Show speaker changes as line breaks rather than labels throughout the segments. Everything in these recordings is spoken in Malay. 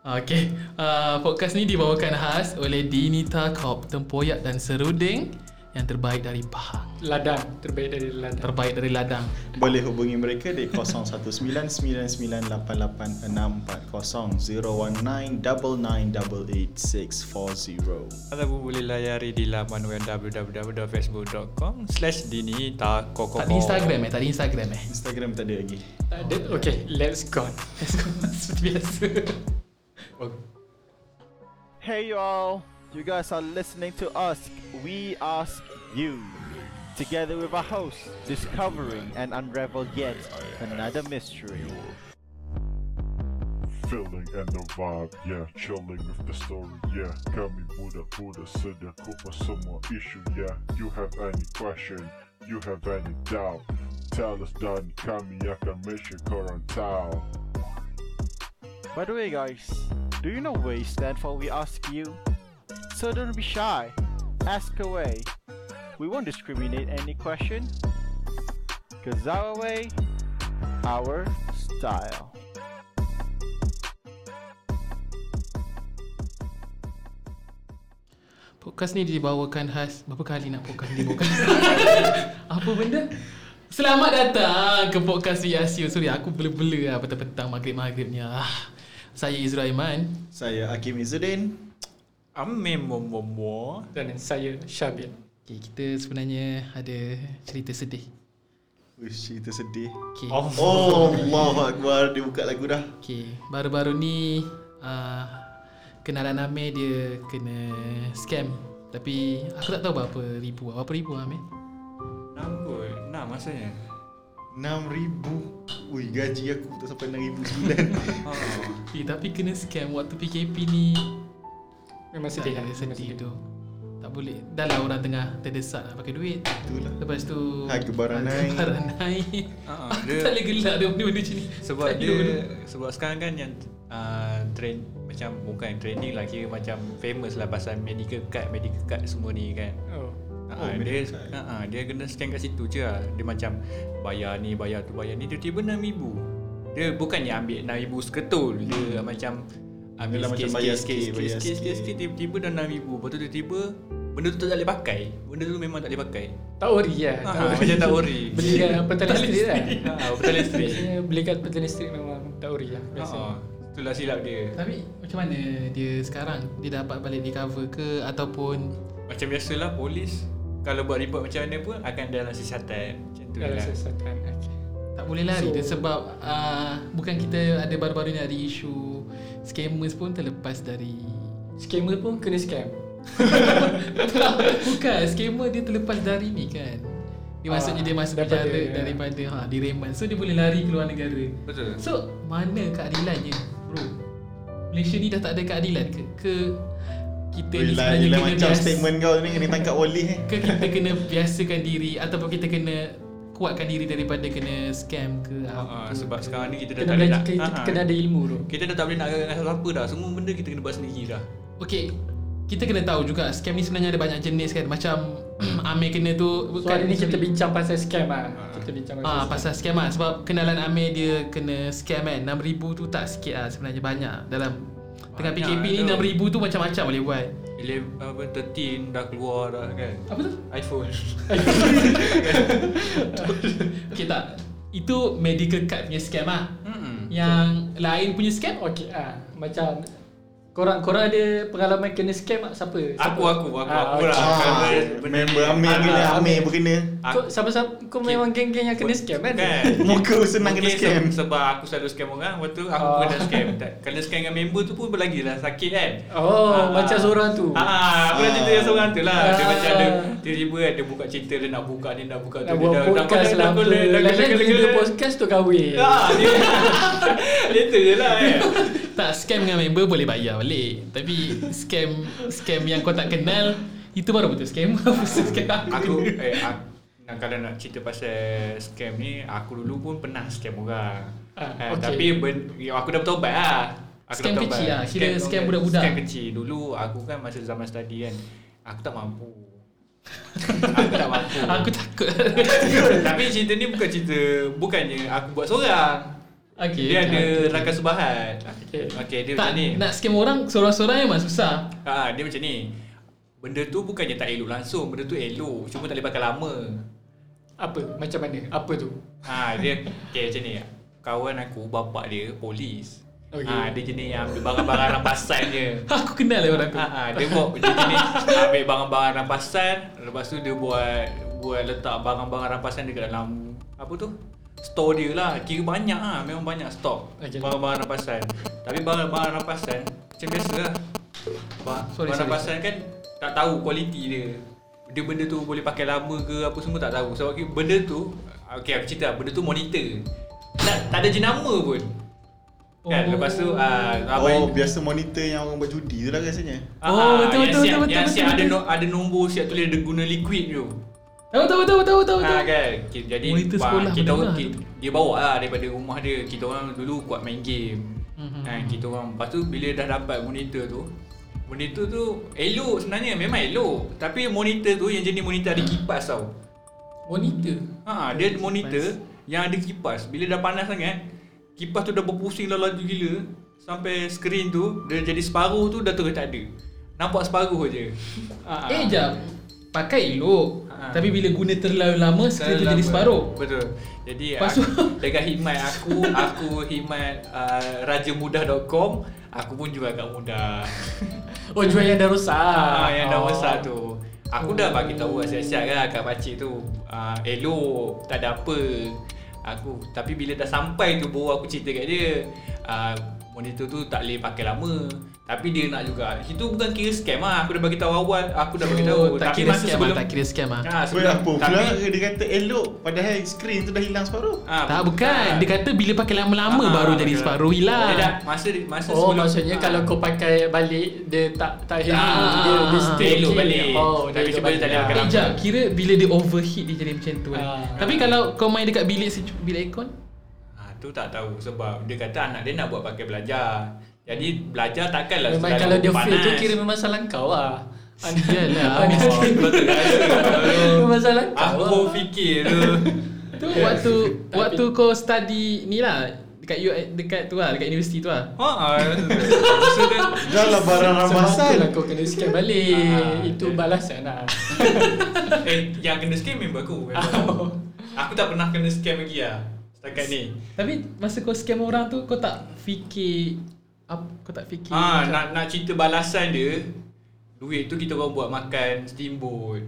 Okay, uh, podcast ni dibawakan khas oleh Dinita Corp Tempoyak dan Seruding yang terbaik dari Pahang
Ladang Terbaik dari ladang
terbaik dari ladang
Boleh hubungi mereka di 0199988640 01999888640.
Ataupun boleh layari di laman www.facebook.com slash dini tak kokoko.
Tak ada Instagram eh, tak ada Instagram eh
Instagram tak ada lagi.
Tak ada Okay let's go
Let's go, seperti biasa
Hey y'all, you guys are listening to us. We ask you. Together with our hosts, discovering and unravel yet another mystery.
Feeling and the vibe, yeah. Chilling with the story, yeah. Kami Buddha Buddha sedang kupas semua isu, yeah. You have any question, you have any doubt. Tell us dan kami akan measure korang tahu.
By the way, guys, do you know we stand for We Ask You? So don't be shy. Ask away. We won't discriminate any question. Cause our way, our style.
Podcast ni dibawakan khas Berapa kali nak podcast ni dibawakan Apa benda? Selamat datang ke podcast Riasio Sorry aku bela-bela lah petang-petang maghrib-maghribnya Ah, Saya Izra Iman
Saya Hakim Izzuddin.
Amin momomo.
Dan saya Syabil
okay, Kita sebenarnya ada cerita sedih
Wih, cerita sedih.
okay.
Oh.
Oh, Allah Akbar. Dia buka lagu dah.
Okay, baru-baru ni uh, kenalan Amir dia kena scam Tapi aku tak tahu berapa ribu Berapa ribu Amir?
Enam kot. Enam masanya.
6,000. Ui, gaji aku tak sampai 6,000 sebulan.
Ha.
Eh, tapi kena scam waktu PKP ni
Memang sedih
Sedih lah
lah
sedih tu Tak boleh Dah lah orang tengah terdesak nak pakai duit
Itulah.
Lepas tu
Harga barang naik.
Barang naik
Ah,
Aku
dia-
tak boleh gelak dia benda-benda macam ni
Sebab
Tak
dia sebab sekarang kan yang uh, trend macam bukan trending lah kira macam famous lah pasal medical card medical card semua ni kan.
Oh
Oh,
Oh,
dia
medical card.
uh, dia kena scan kat situ je lah. Dia macam bayar ni, bayar tu, bayar ni. Dia tiba RM6,000. Dia bukannya ambil RM6,000 seketul. Dia macam ambil
Yalah, Hmm. macam bayar sikit,
sikit,
bayar
sikit,
sikit.
sikit, tiba-tiba dah RM6,000. Lepas tu dia tiba benda tu tak boleh pakai. Benda tu memang tak boleh pakai.
Tak ori lah
Ah,
Ha, macam tak ori.
Beli kat petan listrik lah
Ha, betul listrik.
Biasanya beli kat petan listrik memang tak ori lah
Ha,
Biasa
itulah silap dia.
Ah, Tapi macam mana dia sekarang Dia dapat balik recover ke Ataupun
Macam biasalah polis kalau buat report macam mana pun akan dalam siasatan. Macam tu
Dalam
lah.
sesatan Okay
tak boleh lari
So-
so, sebab uh, bukan kita ada baru-baru ni ada isu scammers pun terlepas dari
Scammer pun kena scam
bukan scammer dia terlepas dari ni kan dia
Ah,
maksudnya dia masuk
daripada-
penjara daripada ha direman so dia boleh lari keluar negara
Betul.
So mana keadilannya bro? Malaysia ni dah tak ada keadilan ke? Ke kita ni
Yelah,
sebenarnya
yelah
kena
macam
bias-
statement kau ni kena tangkap oleh eh.
Ke kita kena biasakan diri ataupun kita kena kuatkan diri daripada kena scam ke
Ha,
apa?
sebab sekarang ni kita dah
Ah,
tak
Kena
boleh
belajar
nak
kita
Ha, ha.
Kena ada ilmu tu
Kita dah tak boleh nak agak siapa dah Semua benda kita kena buat sendiri dah
Okay, kita kena tahu juga scam ni sebenarnya ada banyak jenis kan. Macam Amir kena tu
So hari ni kita bincang pasal scam lah Kita bincang pasal
Ah
scam.
pasal scam lah sebab kenalan Amir dia kena scam kan 6000 tu tak sikit lah sebenarnya banyak dalam tengah
Banyak
PKP ni
tu.
6000 tu macam-macam boleh buat.
11, apa, 13 dah keluar dah kan
Apa tu?
iPhone
Okay tak Itu medical card punya scam lah
Hmm.
Mm-mm.
Yang lain punya scam
Okay ah macam korang korang ada pengalaman kena scam tak? siapa?
Aku, aku, aku,
Ah,
aku
okay.
lah
Ah, member Amir
Ah,
kena, Amir pun kena.
Kau siapa-siapa kau memang geng-geng yang kena scam kan?
Muka senang kena
Mungkin
scam.
se- Sebab aku selalu scam orang Lepas tu aku
Ah.
pun dah scam Tak- Kalau scam dengan member tu pun lagi lah sakit kan
Oh, macam seorang tu.
Ah, ah, Aku dah cerita yang seorang tu lah Dia
Ah.
macam ada Tiba-tiba ada buka cerita Dia nak buka ni nak buka tu
Nak
Dia
buat
dah- dah
podcast
collect,
lah
dah
apa
collect, dah
Lain-lain
collect,
kena
collect.
buat podcast tu kahwin
Ah,
Lah,
dia Dia tu je lah kan
Tak scam dengan member boleh bayar balik Tapi scam scam yang kau tak kenal Itu baru betul scam Bukan scam aku
Aku eh, aku, nak kalau nak cerita pasal scam ni Aku dulu pun pernah scam orang
Ah,
Eh,
okey.
Tapi ben, ya, aku dah bertobat lah aku
Scam
dah bertobat.
kecil lah, kira scam budak-budak.
Scam kecil Dulu aku kan masa zaman study kan Aku tak mampu Aku tak mampu
Aku takut
Tapi cerita ni bukan cerita Bukannya aku buat seorang
Okay.
Dia ada Raka Subahat
Okay.
Okay dia
tak,
macam ni
nak scam orang seorang-seorang memang susah.
ha, Dia macam ni Benda tu bukannya tak elok langsung Benda tu elok Cuma tak boleh pakai lama
Apa? Macam mana? Apa tu?
ha, Dia Okay macam ni Kawan aku Bapak dia Polis
Okey.
ha, Dia jenis yang Ambil barang-barang rampasan je
Aku kenal lah orang tu.
Ha, ha, dia buat dia jenis ambil barang-barang rampasan lepas tu dia buat buat letak barang-barang rampasan dekat dalam apa tu store dia lah kira banyak ah memang banyak stok
Eh,
Okay.
barang-barang rampasan tapi barang-barang rampasan macam biasa lah ba-
Sorry, sorry.
barang rampasan kan tak tahu kualiti dia dia benda tu boleh pakai lama ke apa semua tak tahu sebab ki- benda tu okey aku cerita lah, benda tu monitor tak, tak ada jenama pun kan
Oh.
lepas tu ah
Oh, biasa monitor yang orang berjudi tu lah rasanya.
Ah,
Oh, betul,
yang
betul,
siap,
betul,
Yang
betul,
siap
betul.
ada, no- ada nombor siap tulis ada guna liquid tu.
Tahu tahu tahu tahu tahu
Ha
tahu.
kan. Ki- Jadi
Monitor
wah,
Oh, sekolah
kita
boleh
orang
lah
kita,
tu.
dia bawa lah daripada rumah dia. Kita orang dulu kuat main game.
Mhm.
Mm-hmm. Ha, kita orang lepas tu bila dah dapat monitor tu Monitor tu elok sebenarnya memang elok Tapi monitor tu yang jenis monitor ada kipas tau
Monitor.
Ha, dia ada monitor yang ada kipas. Bila dah panas sangat, kipas tu dah berpusing dah laju gila sampai skrin tu dia jadi separuh tu dah terus tak ada. Nampak separuh je. Ha.
Eh jap. Pakai elok.
Ha.
Tapi bila guna terlalu lama sekali dia jadi separuh.
Betul. Jadi
Lepas
aku,
tu-
dekat himat aku, aku himat uh, rajamudah.com, aku pun jual kat mudah.
Oh jual yang dah rosak.
Ah, yang dah
Oh.
besar tu. Aku dah bagi tahu siap-siap lah kat pakcik tu. Ah, elok, tak ada apa. Aku tapi bila dah sampai tu baru aku cerita kat dia. Ah, monitor tu tak boleh pakai lama. Tapi dia nak juga. Itu bukan kira scam ah. Aku dah bagi tahu awal, aku dah bagi
Oh,
tahu.
tak kira scam ah, tak kira scam ah.
Ah,
Sebab apa pula dia kata elok padahal screen tu dah hilang separuh.
ah,
Tak bukan. Dia kata bila pakai lama-lama
Ah,
baru jadi lah.
betul.
separuh
Eh, dah,
hilang.
masa masa
Oh
sebelum
maksudnya
ah.
kalau kau pakai balik dia tak tak hilang
Ah,
dia dia
ah,
stay
elok
okay.
balik.
Oh
Tapi cuma dia
elok
tak
balik.
ada
Eh
lama.
jap, kira bila dia overheat dia jadi macam tu. eh.
Ah.
Tapi kalau kau main dekat bilik sejuk- bilik aircon,
Ah tu tak tahu sebab dia kata anak dia nak buat pakai belajar. Jadi belajar takkanlah
Memang
sekarang
kalau dia
panas.
fail tu kira memang salah kau lah.
Sial lah,
Anak-
habis
Oh, betul rasa.
Memang salah kau
Aku
lah.
pun fikir tu.
tu waktu waktu kau study ni lah dekat U, dekat tu lah, dekat universiti tu lah.
Ha ah. Maksud dia,
Dah lah barang
Sebab tu
rampasan.
lah kau kena scan balik.
Ah,
Itu
betul.
balasan lah.
eh yang kena scam member aku.
Oh.
Aku tak pernah kena scam lagi lah setakat ni.
Tapi masa kau scam orang tu kau tak fikir apa kau tak fikir
Ha
macam-
nak nak cerita balasan dia duit tu kita orang buat makan steamboat.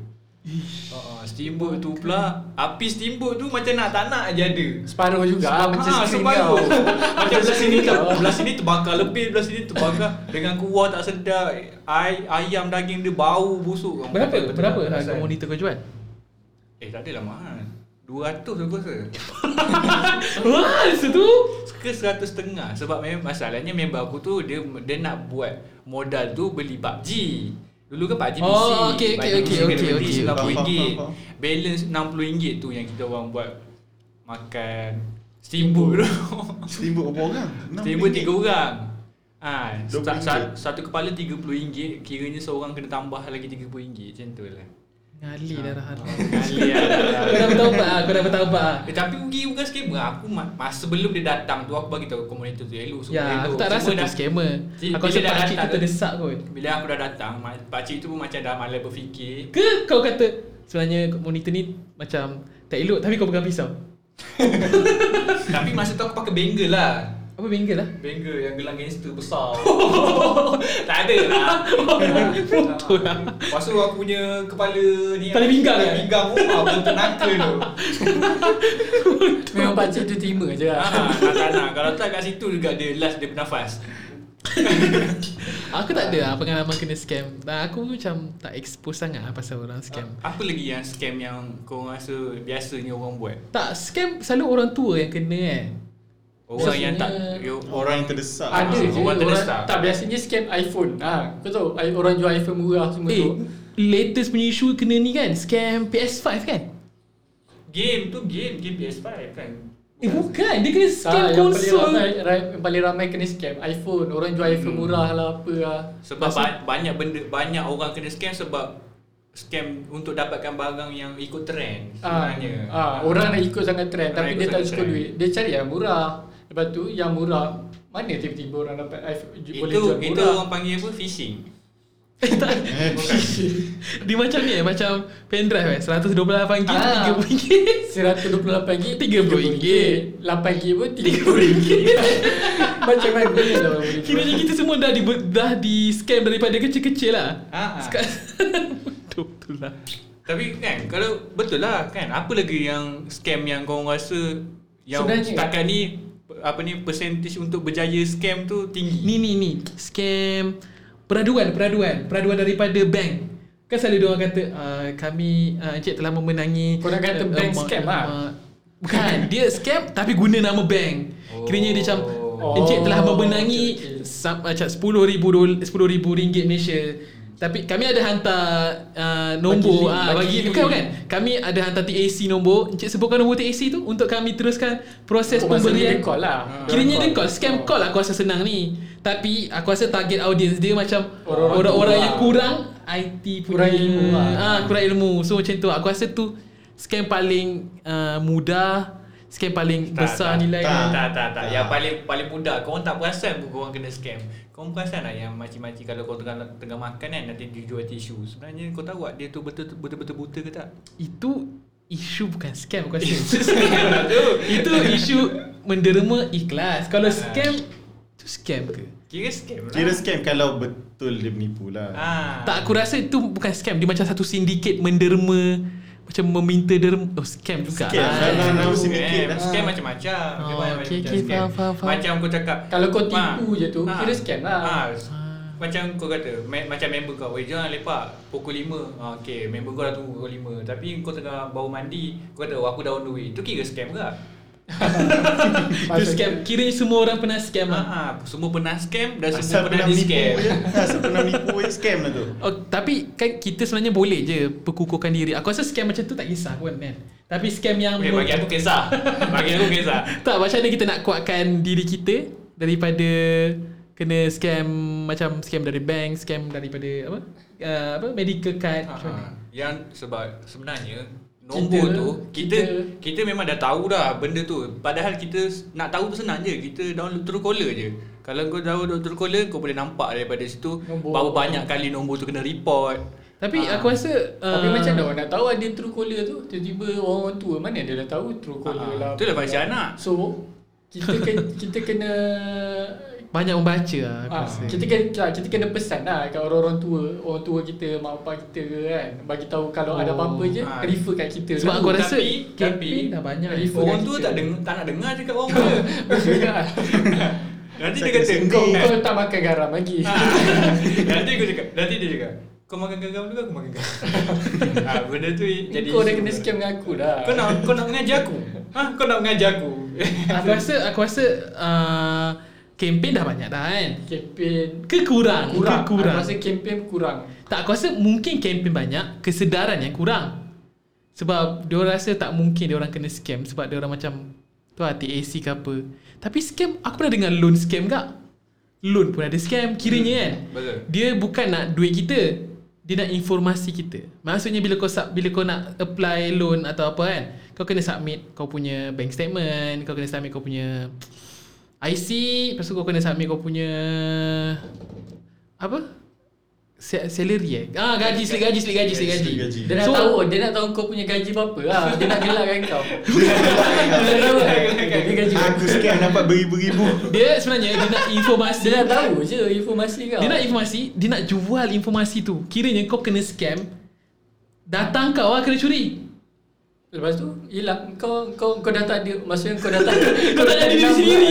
Ha steamboat tu pula api steamboat tu macam nak tak nak je ada.
Separuh juga ah, macam
Ah,
screen
separuh.
kau.
Macam belah sini
screen
tak,
kau.
belah sini terbakar lebih, belah sini terbakar dengan kuah tak sedap. Ay, ayam daging dia bau busuk.
berapa
Betul- betul
berapa
tak
harga
perasan.
monitor kau jual?
Eh, tak adalah mahal. 200 aku rasa.
Wah, situ.
Ke 100 setengah sebab memang masalahnya member aku tu dia dia nak buat modal tu beli PUBG. Dulu kan PUBG
Oh,
PC.
okey, okey,
PUBG
okey,
kena
okey,
beli
okey.
RM90.
Faham, faham,
Balance RM60 tu yang kita orang buat makan steamboat tu.
Steamboat berapa orang? Enam
Timbul
ringgit.
tiga orang Ah, ha,
RM20.
satu, satu kepala RM30 Kiranya seorang kena tambah lagi RM30 Macam tu lah
Ngali dah dah.
Kali lah
Kau dah bertaubat ah, kau dah bertaubat ah.
Eh, tapi pergi bukan scammer Aku ma- masa sebelum dia datang tu Aku bagi tahu komunitas tu Hello semua
Ya,
hello
aku tak
Cuma
rasa tu
dah-
scammer.
Bila
Aku rasa
dah
pakcik tu
datang tu-
terdesak kot.
Bila aku dah datang ma- Pakcik tu pun macam dah malas berfikir
Ke kau kata sebenarnya monitor ni macam tak elok tapi kau pegang pisau.
Tapi masa tu aku pakai bangle lah
Apa bengkel lah?
Bangle yang gelang gangster besar Tak ada lah
Betul lah.
Lepas tu aku punya kepala ni
Kepala pinggang
Kepala
eh?
pinggang pun Aku tenaga tu
Memang pakcik tu terima je lah.
Ah, tak tak nak. Kalau tak kat situ juga dia last dia bernafas.
Aku tak ada lah pengalaman kena scam. Dan aku macam tak expose sangat lah pasal orang scam.
Apa lagi yang scam yang kau rasa biasanya orang buat?
Tak, scam selalu orang tua yang kena kan.
Orang yang tak
Biasanya-
yo,
Orang yang terdesak.
Ada
Ah,
je
orang
orang,
terdesak.
tak biasanya scam iPhone. Ah, kau tahu i- orang jual iPhone murah semua
Eh,
tu.
latest punya isu kena ni kan, scam PS5 kan?
game tu game game PS5 kan.
Eh bukan, dia kena scam
Ah, yang
konsol.
Paling ramai, ra- yang paling ramai kena scam iPhone. Orang jual iPhone murah lah apa lah.
Sebab ba- banyak benda banyak orang kena scam sebab scam untuk dapatkan barang yang ikut trend
Ah,
sebenarnya.
ah, orang nak ikut sangat trend
Orang
tapi
ikut
dia tak
sangat
cukup
trend.
duit. Dia cari yang murah. Lepas tu yang murah Mana tiba-tiba orang dapat iPhone ju- Boleh
Itu
jual
itu
murah
orang panggil apa phishing.
Eh tak Dia macam ni eh Macam pen drive eh RM128
Ah.
RM30
RM128
RM30.
RM8 pun RM30 Macam mana boleh lah orang boleh
Kiranya kita semua dah di, dah di scam daripada kecil-kecil lah
Ah.
Sekarang Betul betul lah
Tapi kan kalau betul lah kan apa lagi yang scam yang kau rasa yang
Sebenarnya-
setakat ni apa ni percentage untuk berjaya scam tu tinggi.
Ni ni ni Scam Peraduan Peraduan Peraduan daripada bank Kan selalu diorang kata uh, Kami uh, Encik telah memenangi eh,
Kau nak kata bank scam lah?
Bukan Dia scam Tapi guna nama bank oh. Kiranya dia macam
Oh.
Encik telah memenangi
Okay, okay.
sam, ah, Macam RM10,000 dol- RM10,000 ringgit Malaysia tapi kami ada hantar uh, nombor
link,
ah,
bagi
bagi,
link.
bukan bukan kami ada hantar TAC nombor encik sebutkan nombor TAC tu untuk kami teruskan proses
Oh, maksudnya
pemberian
dia call lah.
kiranya dia
Call.
call scam
Oh.
call lah aku rasa senang ni Tapi aku rasa target audience dia macam
Orang-orang
Orang-orang
tua.
yang kurang IT punya
Kurang ilmu lah.
ah, Kurang ilmu So macam tu Aku rasa tu Scam paling uh, mudah Scam paling
Tak,
besar
tak,
nilai lah.
tak,
dia.
tak, tak, tak. Yang paling paling mudah Kau orang tak perasan pun kau orang kena scam. Kau orang perasan tak yang macam-macam kalau kau tengah tengah makan kan nanti dia jual tisu. Sebenarnya kau tahu tak dia tu betul betul-betul buta ke tak?
Itu isu bukan scam aku rasa Itu isu menderma ikhlas Kalau scam Itu scam ke?
Kira scam lah.
Kira scam kalau betul dia menipu lah.
Ah.
Tak aku rasa itu bukan scam Dia macam satu sindiket menderma Macam meminta derma Oh scam juga
Scam.
Ah.
Kalau nak
Tahu
sikit
kan,
dah.
Scam macam-macam Dia
Oh,
banyak
okey,
macam
okey,
scam.
faham, faham, faham.
Macam kau cakap
Kalau kau tipu
"Ma,
je tu,
ah,
kira scam lah."
ah, Macam kau kata ma- Macam member kau Eh jangan lepak Pukul 5 ah, Okay member kau dah tunggu pukul 5 Tapi kau tengah bau mandi Kau kata "Oh, aku down the way Itu kira scam ke?
Itu scam Kiranya semua orang pernah scam
Ah,
lah
ah, semua pernah scam Dan semua
Asal
pernah
pernah
di
menipu
scam
je. Asal pernah menipu je scam lah tu.
Oh, tapi kan kita sebenarnya boleh je perkukuhkan diri. Aku rasa scam macam tu tak kisah pun kan. Tapi scam yang
okay, Eh, Bagi aku kisah Bagi aku kisah
tak macam mana kita nak kuatkan diri kita daripada kena scam macam scam dari bank, scam daripada apa? Uh, apa medical card.
Ah,
Macam mana?
yang sebab sebenarnya nombor
Kita-
tu kita,
kita-
kita memang dah tahu dah benda tu padahal kita s- nak tahu tu senang je kita download Truecaller je kalau kau download Truecaller kau boleh nampak daripada situ
Nombor.
berapa banyak kali nombor tu kena report
Tapi
Ah.
aku rasa ah,
Tapi macam mana orang nak tahu ada true caller tu Tiba-tiba orang tua mana dia dah tahu true caller
Ah,
lah
itulah macam anak.
So kita ke, kita kena
banyak membaca lah aku
ah,
rasa.
kita kena tak, kita kena pesan lah kat orang-orang tua orang tua kita mak bapak kita ke kan bagi tahu kalau ada
Oh.
apa-apa je
Ah.
refer kat kita
sebab aku
Tapi-
rasa
tapi-
campaign dah banyak. kan?
Refer
lah.
orang
kat
tu
kita.
tak dengar tak nak dengar cakap orang tua nanti dia
Saya
kata
kena
kau
kau,
kan
kau tak makan garam lagi
Ah, nanti aku cakap nanti dia cakap kau makan garam dulu ke aku makan garam ah benda tu jadi isu.
kau dah
kan.
kena scam dengan aku dah
kau nak kau nak mengajar aku ha kau nak mengajar aku
aku rasa aku rasa uh, campaign dah banyak dah kan.
campaign
Ke kurang?
kurang
Ke kurang?
aku rasa campaign kurang
Tak aku rasa mungkin kempen banyak Kesedaran yang kurang Sebab dia orang rasa tak mungkin dia orang kena scam Sebab dia orang macam Tu lah TAC ke apa Tapi scam Aku pernah dengar loan scam kak Loan pun ada scam Kiranya kan
Betul.
Dia bukan nak duit kita Dia nak informasi kita Maksudnya bila kau sub, bila kau nak apply loan atau apa kan Kau kena submit kau punya bank statement Kau kena submit kau punya IC Lepas tu kau kena submit kau punya Apa? Sa- Salary eh? Ah gaji, selit gaji, selit gaji, selit gaji.
Selit gaji.
Dia nak
So-
tahu Dia nak tahu kau punya gaji berapa lah Dia nak gelakkan kau Dia nak tahu kan? Dia gaji
Aku scam dapat beribu-ribu.
Dia sebenarnya dia nak informasi.
Dia nak tahu je informasi kau
Dia nak informasi, dia nak jual informasi tu. Kiranya kau kena scam, datang kau lah kena curi.
Lepas tu hilang kau kau kau dah tak ada maksudnya kau dah tak
Kau tak
dah
jadi diri
nama.
sendiri.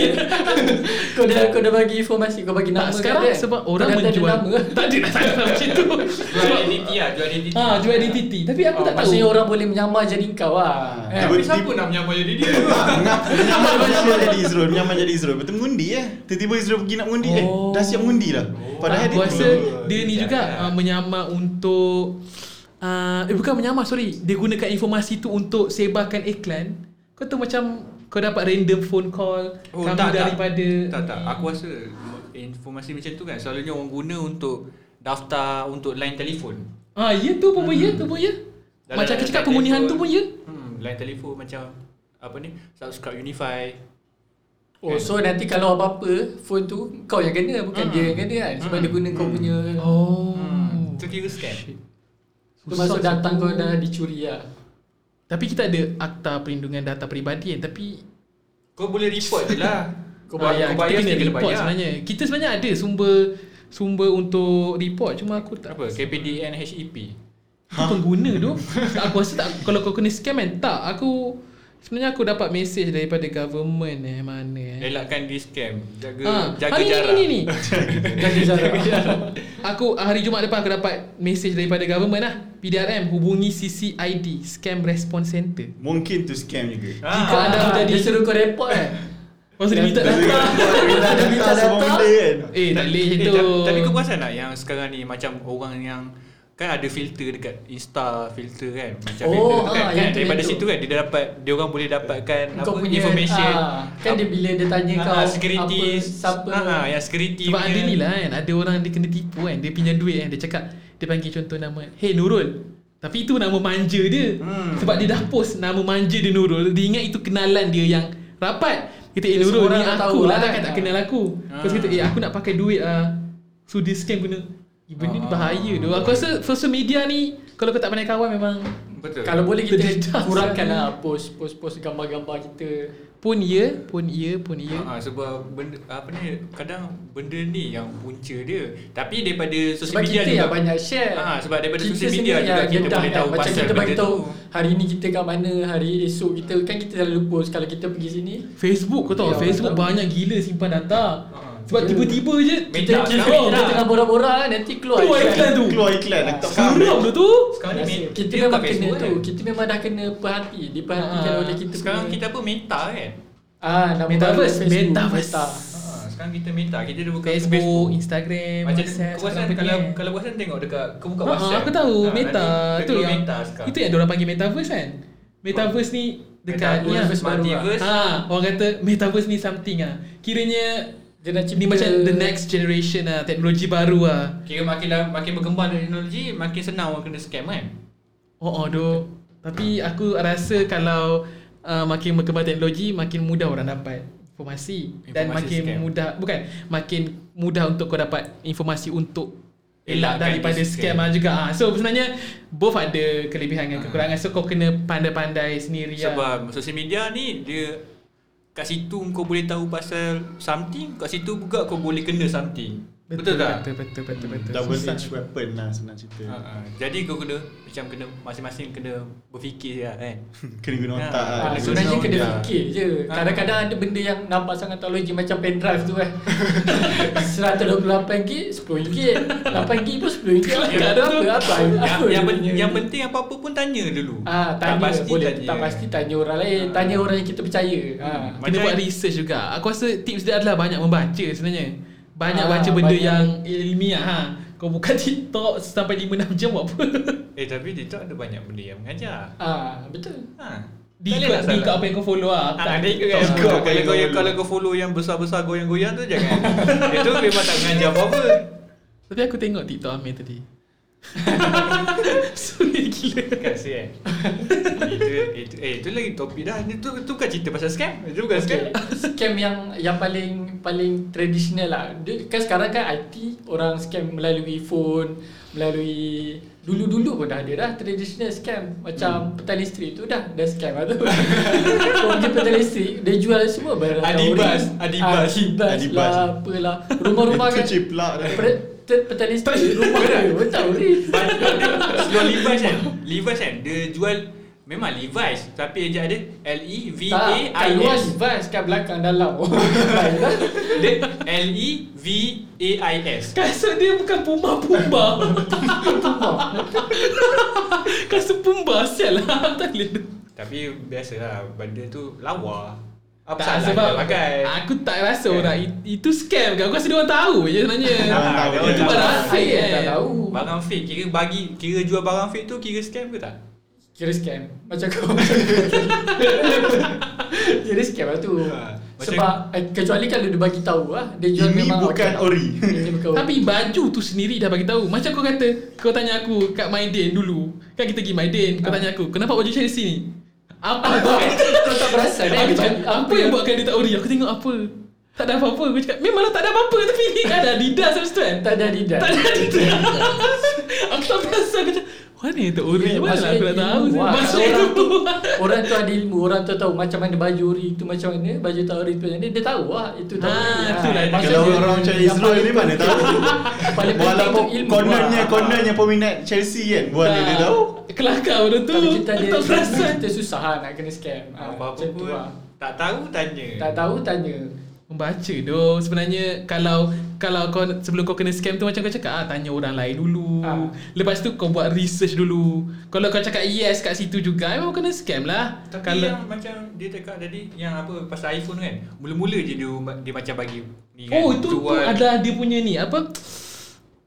kau dah kau dah bagi informasi kau bagi nama
Tak sekarang
kat dia.
sebab
Kau
orang
dah tak ada
menjual.
nama.
Tak ada tak ada macam tu.
Jual identiti lah Jual identiti
Ah, jual identiti. Tapi aku
Oh,
tak tahu.
maksudnya orang boleh menyamar jadi kau lah.
Ah.
Eh,
Tapi siapa nak menyamar jadi dia
Mengapa Menyaman menyaman jadi Izrul Menyaman jadi Izrul Betul mengundi eh Tiba-tiba Izrul pergi nak mengundi eh,
Oh.
Dah siap mengundi lah Padahal
aku
dia
rasa
belum-
Ah, dia ni
Jangan.
juga uh, menyamar untuk uh, eh bukan menyamar sorry dia gunakan informasi tu untuk sebarkan iklan kau tu macam kau dapat random phone call
Oh,
kami
tak, tak.
daripada
Tak tak Aku rasa Informasi macam tu kan Selalunya orang guna untuk Daftar untuk line telefon
ah ya tu pun ya tu pun ya
Dalam-
macam aku
dalam
cakap
line
pengundian
telefon.
tu pun ya
hmm, Line telefon macam Apa ni Subscribe Unify
Oh so nanti kalau apa-apa Phone tu Kau yang kena Bukan dia yang kena kan Sebab dia guna kau punya
Ah. Oh.
Hmm, tu kira scam.
Tu masuk datang kau dah dicuri lah
Tapi kita ada akta perlindungan data peribadi kan tapi
Kau boleh report je lah.
kau
bayar,
bayar,
kau
Ah,
bayar
kita kena
sekali
report
bayar.
sebenarnya. Kita sebenarnya ada sumber sumber untuk report cuma aku tak
Apa? KPDN HEP.
Aku pengguna tu Aku rasa tak Kalau kau kena scam kan Tak Aku Sebenarnya aku dapat mesej daripada government eh Mana eh
Elakkan di scam. Jaga
Ah, ah,
jaga
ni,
jarak.
Ni, ni, ni.
Jaga jarak
Aku ah, hari Jumaat depan aku dapat mesej daripada government lah PDRM hubungi CCID Scam Response Center
Mungkin tu scam juga.
Ha.
Jika anda menjadi
Ah, Dia suruh kau report kan
Masa dia minta
Dia
data
minta
Dia minta
data semua
data.
benda kan.
Eh tak boleh macam tu
tapi- Tapi kau perasan tak lah yang sekarang ni macam orang yang kan ada filter dekat Insta filter kan macam
Oh,
filter tu kan,
ah,
kan
yang tu,
daripada
yang tu.
situ kan dia dah dapat dia orang boleh dapatkan
Kau
apa
punya
information
ah, Kan dia bila dia tanya
Ah,
kau
ah, security
Apa Siapa
ah, ah, yang security
Sebab
punya.
ada ni lah kan Ada orang dia kena tipu kan Dia pinjam duit kan Dia cakap Dia panggil contoh nama Hey Nurul Tapi itu nama manja dia hmm. Sebab dia dah post Nama manja dia Nurul Dia ingat itu kenalan dia yang Rapat Kata eh Nurul
Semua
ni
orang
aku
tak tahu
lah
lah
Takkan
kan.
tak kenal aku Terus kata eh aku nak pakai duit lah So dia scam guna Eh benda
Ah.
ni bahaya tu Aku rasa social media ni Kalau kau tak pandai kawan memang
betul
Kalau boleh kita
Terdedah.
kurangkan lah post post post gambar-gambar kita.
Pun ya Pun ya Pun ya
Ah.
Ha, sebab benda apa ni kadang benda ni yang punca dia. Tapi daripada sosial
Sebab
media
kita
juga
yang banyak share.
Ah, sebab daripada
Kita
social
sendiri
media juga
yang
kita
dedah
boleh tahu
Macam
pasal
kita
benda
bagi tahu
tu.
hari ni kita kat mana, hari esok kita kan kita selalu post kalau kita pergi sini.
Facebook kau tahu
Ya,
Facebook
betul.
banyak gila simpan data Sebab
Ya.
tiba-tiba je
Kita
Minta
kita,
sekarang
kita
dah.
tengah borak-borak kan, nanti keluar.
Keluar iklan tu
Keluar iklan aku tak faham.
Seram tu tu
Sekarang ni
Rasa-
me-
Kita
dia
memang
kat
kena
Facebook
tu.
kan?
Kita memang dah kena perhati, diperhatikan
Ah,
oleh kita.
Sekarang
punya-
kita apa meta kan?
ah nama
Metaverse,
baru Facebook,
Metaverse.
Meta.
Ha, sekarang kita meta. Kita dah buka
Facebook, Instagram,
Macam
WhatsApp,
kau
sekarang
perasan
apa
kalau
ni? kan.
kalau perasan tengok dekat kau buka
Ha,
WhatsApp.
aku tahu
Ah,
Meta
nanti
itu
keluar
yang
meta sekarang.
itu yang diorang panggil Metaverse kan. Metaverse ni dekat ni lah.
Metaverse baru lah.
Metaverse.
Ha, orang kata Metaverse ni something ah. Kiranya
Dia dah
ni
cipta
macam the next generation ah, teknologi baru ah.
Kira makin la- makin berkembang teknologi, makin senang orang kena scam kan?
Oh oh doh. Tapi aku rasa kalau uh, makin berkembang teknologi makin mudah orang dapat informasi dan
Informasi
makin
scam.
mudah bukan makin mudah untuk kau dapat informasi untuk elak
Elakkan
daripada
dia
scam
scam.
lah juga. Ha. So sebenarnya both ada kelebihan dan kekurangan. So kau kena pandai-pandai sendiri lah.
Sebab social media ni dia kat situ kau boleh tahu pasal something, kat situ juga kau boleh kena something. Betul, tak?
Betul betul betul betul.
Double
Susah.
edged weapon lah senang cerita.
Ha, ha. Jadi kau kena macam kena masing-masing kena berfikir lah kan.
Kena guna
Ha,
otak
Ah,
lah.
sebenarnya
Sound
kena
dia.
fikir je Kadang-kadang ada benda yang nampak sangat tak logik Macam pen drive tu eh RM128, RM10 RM8 pun lah. RM10 Kadang-kadang apa, apa,
Ya, yang, yang,
apa dia
pen,
punya-
yang penting apa-apa pun tanya dulu.
Ah, tanya,
tak pasti
boleh,
tanya.
tak pasti tanya orang lain Tanya orang yang kita percaya ah.
Hmm.
Kena
Macam-
buat research juga. Aku rasa tips dia adalah banyak membaca sebenarnya. Banyak
Ah,
baca benda
banyak.
yang ilmiah ha. Kau buka TikTok sampai 5 6 jam buat apa?
Eh tapi TikTok ada banyak benda yang mengajar.
ah, Betul
Ha.
Di
Tak boleh
ikut, di
nak salah.
ikut apa yang kau follow lah.
Ah, dia ikut
tak
kan.
ikut.
Kalau kau
Follow.
kalau kau follow yang besar-besar goyang-goyang tu jangan. Itu memang tak mengajar apa-apa.
Tapi aku tengok TikTok Amir tadi. Sorry gila.
Kasihan. Kan, eh? itu, itu, eh, itu lagi topik dah. Itu, itu bukan cerita pasal scam. Itu bukan scam.
scam yang yang paling paling tradisional lah. Dia, kan sekarang kan IT orang scam melalui phone, melalui dulu-dulu pun dah ada dah traditional scam. Macam hmm. petang listrik tu dah dah scam lah tu. Kau pergi petang listrik, dia jual semua barang
Adibas,
tauri.
Adibas.
Adibas,
Adibas.
lah, apalah. Rumah-rumah
Itu
kan.
ciplak dah.
Pe- te- Petang listrik, rumah dia pun tauri.
Jual Levi's kan. Levi's kan. Dia jual memang Levi's. Tapi ejak dia E
Tak, kat luar
L-E-V-A-I-S.
Adibas, kat Kan, belakang dalam. Baiklah.
Dia E L-E-V-A-I-S.
Kasut Kan, dia bukan Puma Pumba. Kasut Kan, Pumba sial lah. Tak boleh.
Tapi biasalah benda tu lawa. Apa
Tak
salah
sebab
dia pakai?
Ah,
aku tak rasa
Kan? Ah,
orang it- itu scam kan. Aku rasa dia orang tahu je sebenarnya.
Orang tahu
dia
je.
Itu barang
Saya
asli
yang tak
kan.
tahu.
Barang fake kira bagi kira jual barang fake tu kira scam ke tak?
Kira scam Macam kau Kira scam lah tu
Ha, macam-
Sebab eh, Kecuali kalau dia bagi tahu lah Dia jual
Ini
memang
bukan
okay.
ori.
Ini bukan ori
Tapi baju tu sendiri dah bagi tahu. Macam kau kata, kau tanya aku kat Maiden dulu. Kan kita pergi Maiden, kau
Ah.
tanya aku, kenapa baju Chelsea ni? Apa buat?
Kau tak perasan eh
Aku cakap,
Apa
apa yang buatkan dia tak ori? Aku tengok apa? Tak ada apa-apa. Aku cakap, memanglah tak ada apa-apa tapi ni kan ada Adidas habis tu kan?
Tak ada Adidas
Tak ada Adidas. aku tak perasan. Aku cakap, mana yang tak ori?
Ya,
Mana lah aku
maksudnya
tak tahu.
ilmu lah.
Maksudnya
Kalau
tu.
Orang tu ada ilmu Orang tu tahu macam mana baju ori tu macam mana Baju tak ori tu macam mana Dia tahu lah Itu tahu
Ah,
ori. Ah,
itulah.
maksudnya
Kalau orang macam
yang
Israel
paling
ni mana
penting-
tahu
Paling penting tu
Walaupun
ilmu
kononnya
lah.
Kononnya peminat Chelsea kan Buat dia dia tahu
Kelakar benda tu.
Tapi kita
Aku
ada
tak perasan.
Kita susah lah nak kena scam Ah,
Apa-apa
Macam tu
pun
lah
tak tahu tanya.
Tak tahu tanya
Membaca doh sebenarnya kalau kalau kau sebelum kau kena scam tu macam kau cakap ah, tanya orang lain dulu.
Ah.
Lepas tu kau buat research dulu. Kalau kau cakap yes kat situ juga memang kena scam lah.
Tapi
kalau
yang macam dia cakap tadi yang apa pasal iPhone kan. Mula-mula je dia dia macam bagi ni kan.
Oh itu, tu
jual.
adalah dia punya ni apa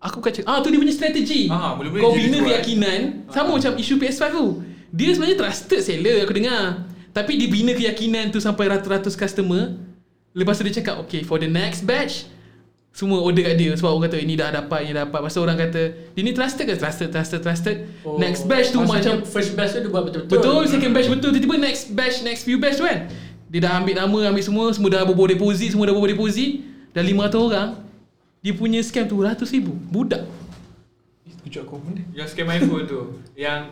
Aku bukan cakap Ah tu dia punya strategi
Ah, mula-mula
Kau
dia
bina
jual. Ah,
keyakinan Sama macam isu PS5 tu Dia sebenarnya trusted seller aku dengar Tapi dia bina keyakinan tu sampai ratus-ratus customer Lepas tu dia cakap Okay for the next batch Semua order kat dia Sebab orang kata Ini dah dapat Ini dah dapat Pasal orang kata Dia ni trusted ke Trusted Trusted Trusted
Oh,
Next batch tu
maksudnya
macam
First batch tu dia buat betul-betul
Betul second batch betul Tiba-tiba next batch Next few batch tu kan Dia dah ambil nama Ambil semua Semua dah bobo deposit Semua dah bobo deposit Dah 500 orang Dia punya scam tu Ratus ribu Budak
Tunjuk aku benda. Yang scam iPhone tu. Yang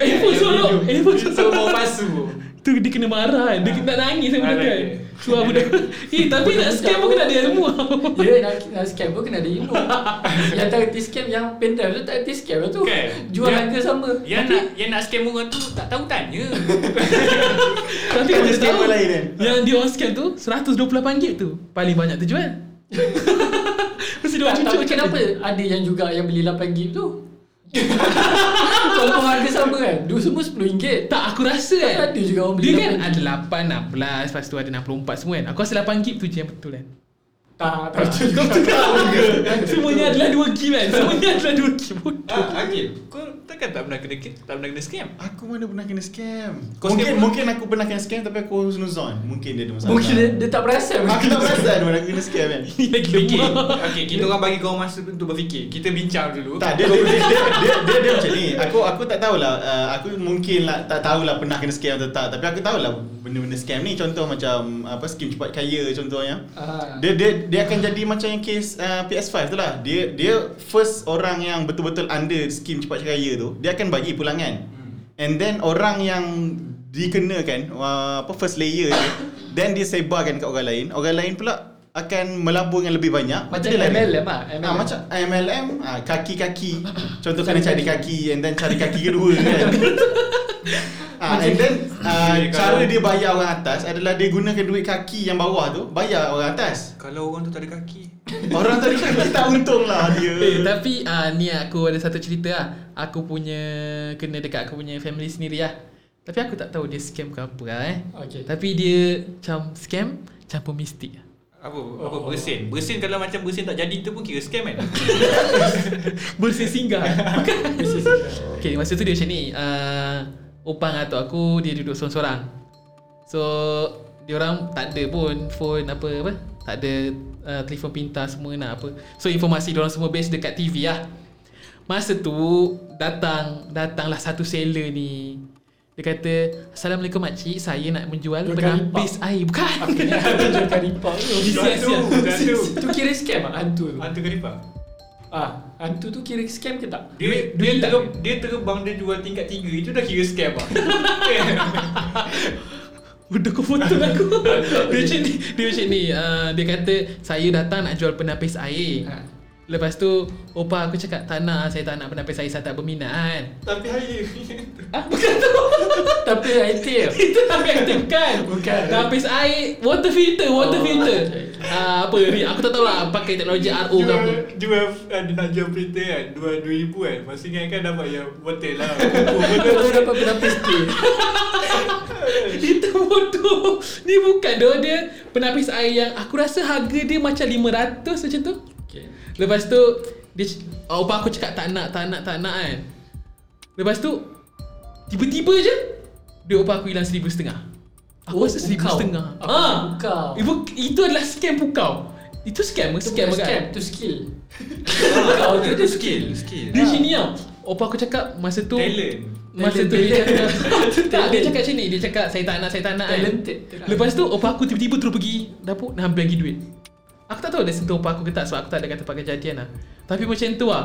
Eh, iPhone sorok. iPhone sorok.
Itu bawa palsu.
Tu dia kena marah kan Dia nak nangis kan budak
Marah
kan
dia.
Keluar budak Eh tapi nak scam pun kena ada ilmu
Ya nak, nak scam pun kena ada ilmu Yang tak erti scam Yang pendrive tu tak erti scam lah tu
Kan?
Jual
Yang-
harga sama
Yang nak yang nak scam orang tu tak tahu kan, ya. tanya.
Tapi kau
Tak ada
kena
scammer
tahu
lain kan?
Yang dia orang scam tu RM128 tu Paling banyak terjual Mesti dia orang cucuk
Tak
kan.
tahu
macam
kenapa
tu.
Ada yang juga yang beli 8 gig tu Walaupun harga sama kan Dulu semua RM10
Tak aku rasa kan
Ada juga orang beli
Dia kan
8
ada 8, 16 Lepas tu ada 64 semua kan Aku rasa 8 gig tu je yang betul kan
Tak tak juga
Semuanya adalah 2 gig kan Semuanya adalah 2 gig
Ah, Agil, kau takkan tak pernah kena tak pernah kena scam.
Aku mana pernah kena scam
Kau
Mungkin
scam pun?
mungkin aku pernah kena scam Tapi aku husnuzon Mungkin dia ada masalah
Mungkin dia, dia tak perasan
Aku tak perasan Mana aku kena scam kan
Ni lagi
Fikir.
lemah
Okey, kita orang bagi kau masa untuk berfikir. Kita bincang dulu.
Tak dia dia dia, dia, dia, dia, dia macam ni. Aku aku tak tahulah uh, aku mungkin lah tak tahulah pernah kena scam atau tak tapi aku tahulah benda-benda scam ni contoh macam apa skim cepat kaya contohnya.
Ah.
Dia dia dia akan jadi macam yang kes uh, PS5 tu lah. Dia dia first orang yang betul-betul under skim cepat kaya tu, dia akan bagi pulangan.
Hmm.
And then orang yang dikenakan uh, apa first layer tu, then dia sebarkan kat orang lain. Orang lain pula akan melabur dengan lebih banyak.
Macam
Dia lari.
MLM lah,
Ah,
MLM.
macam MLM ah, kaki-kaki contoh kena cari kaki and then cari kaki kedua kan ah, and then ah, cara dia bayar orang atas adalah dia gunakan duit kaki yang bawah tu bayar orang atas
Kalau orang tu tak ada kaki.
orang tadi kaki tak untung lah dia
Eh, tapi ah, ni aku ada satu cerita lah Aku punya Kena dekat aku punya family sendiri lah Tapi aku tak tahu dia scam ke apa lah eh
Okey.
Tapi dia macam scam Campur mistik lah
Apa apa bersin. Bersin kalau macam bersin tak jadi tu pun kira scam kan.
Bersih singgah Okay masa tu dia macam ni uh, Opang atau aku Dia duduk seorang-seorang So Dia orang tak ada pun Phone apa apa Tak ada uh, Telefon pintar semua nak apa So informasi dia orang semua Base dekat TV lah Masa tu Datang Datanglah satu seller ni Dia kata Assalamualaikum makcik Saya nak menjual
Jual
Pengampis air Bukan
Jual karipap tu
Jual tu,
jual tu.
Tu kira scam ah hantu tu
Hantu keripap.
Ah, hantu tu kira scam ke tak?
Dia
Duit tak
dia, ter, dia terbang dia jual tingkat 3 itu dah kira scam ah.
Benda kau potong aku Dia macam ni Dia macam ni uh, Dia kata Saya datang nak jual penapis air
Ha.
Lepas tu Opa aku cakap Tak nak ah, Saya tak nak penapis air Saya tak berminat kan
Tapi hari
ah, Bukan tu
Tapi IT ya.
Itu tak aktif kan
Bukan.
Penapis air Water filter Water
Oh,
filter
okay.
Ah, Apa ni Aku tak tahu lah Pakai teknologi RO ke apa
jual ada nak jual printer kan dua dua ribu kan masih ingat kan dapat yang botol lah
Kalau dapat penapis T.
Itu bodoh Ni bukan dia Dia penapis air yang Aku rasa harga dia macam 500 macam tu
Okay.
Lepas tu dia c- oh, Opah aku cakap tak nak, tak nak, tak nak kan Lepas tu Tiba-tiba je Duit opah aku hilang seribu setengah Aku oh,
Oh,
rasa seribu
pukau.
setengah Ah.
Aku rasa pukau.
Ibu, Itu adalah scam pukau Itu scam ke?
Itu
Scam
bukan
kan?
scam, tu skill. Kau tu tu skill.
skill
Dia sini tau Opa aku cakap masa tu
Talent.
Masa tu dia cakap Tak dia cakap macam ni Dia cakap saya tak nak Saya tak nak kan
Talented.
Lepas tu opa aku tiba-tiba terus pergi Dapur nak ambil lagi duit Aku tak tahu dia sentuh opa aku ke tak Sebab aku tak ada kat tempat kejadian lah Tapi macam tu lah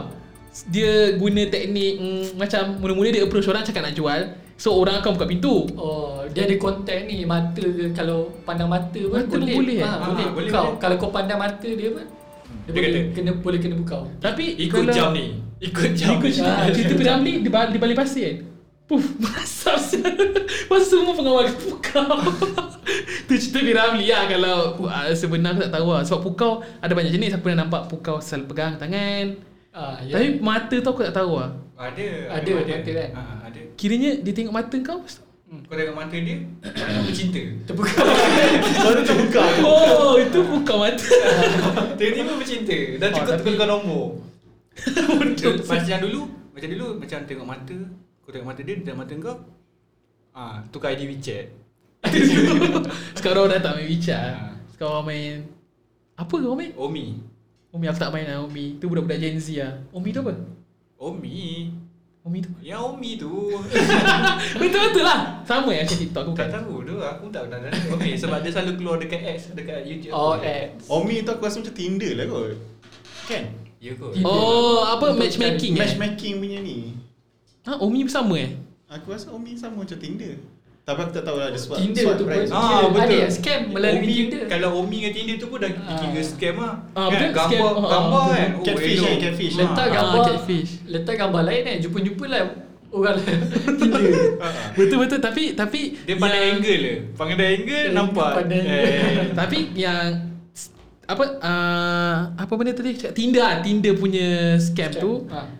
Dia guna teknik mm, Macam mula-mula dia approach orang Cakap nak jual So orang akan buka pintu
Oh, dia ada kontak ni mata ke kalau pandang mata pun
Mata pun
boleh.
boleh, eh?
Ha,
Ah,
boleh
boleh,
bukau.
boleh.
Kalau kau pandang mata dia pun dia,
Dia
boleh
kata.
kena boleh kena bukau.
Tapi
Ikut
kalau-
jam ni. Ikut jam.
Ikut cerita,
Ah,
cerita
ikut jam.
Piramli di, bal- di balik pasir kan Puff Masam sial. Masa semua pengawal kat Pukau Tu cerita Piramli lah Kalau uh, sebenar aku tak tahu lah Sebab Pukau Ada banyak jenis Aku pernah nampak Pukau selalu pegang tangan
Ah,
yeah. Tapi mata tu aku tak tahu lah
Ada.
Ada, ada kan?
Ha, ada.
Kiranya dia tengok mata kau lepas tu,
Kau tengok mata dia, aku bercinta.
terbuka.
Baru terbuka
Oh itu Pukau mata
Tiba-tiba bercinta. Dah
Oh,
cukup
tapi-
tukar-tukar nombor. Betul. Macam yang dulu, macam dulu macam tengok mata, kau tengok mata dia, dia tengok mata kau. Ah, tukar ID WeChat.
Sekarang orang dah tak main bicara
Ah.
Sekarang orang main Apa kau main?
Omi.
Omi aku tak main lah Omi Tu budak-budak Gen Z lah Omi tu apa?
Omi.
Omi tu
Yang Omi tu.
Betul-betul lah Sama ya macam TikTok aku bukan
tak tahu tu, aku tak pernah tanya Omi sebab dia selalu keluar dekat X, dekat YouTube.
Oh, eh.
Omi tu aku rasa macam Tinder lah kot Kan?
Ya kot.
Tinder.
Oh, apa
Untuk
matchmaking eh?
Matchmaking punya ni
Ha, Omi bersama eh?
Aku rasa Omi sama macam Tinder Tapi aku tak tahu lah dia sebab
Tinder tu pun.
Ah,
Ada
betul.
yang scam melalui
Omi,
Tinder.
Kalau Omi dengan Tinder tu pun dah
Ah.
dikira scam lah.
Ah, betul, scam.
gambar,
Ah,
gambar
betul.
kan.
Catfish
elok.
kan, catfish.
Ah.
eh, Letak
Ah,
gambar
catfish.
Letak gambar lain eh jumpa-jumpa lah orang lain. Tinder.
ah,
Betul betul tapi tapi
Dia pandai angle dia. Pandai angle
Dia
nampak.
pandai
Eh,
angle.
Tapi yang s- apa uh, apa benda tadi cakap Tinder ah, Tinder punya scam, tu
Ha.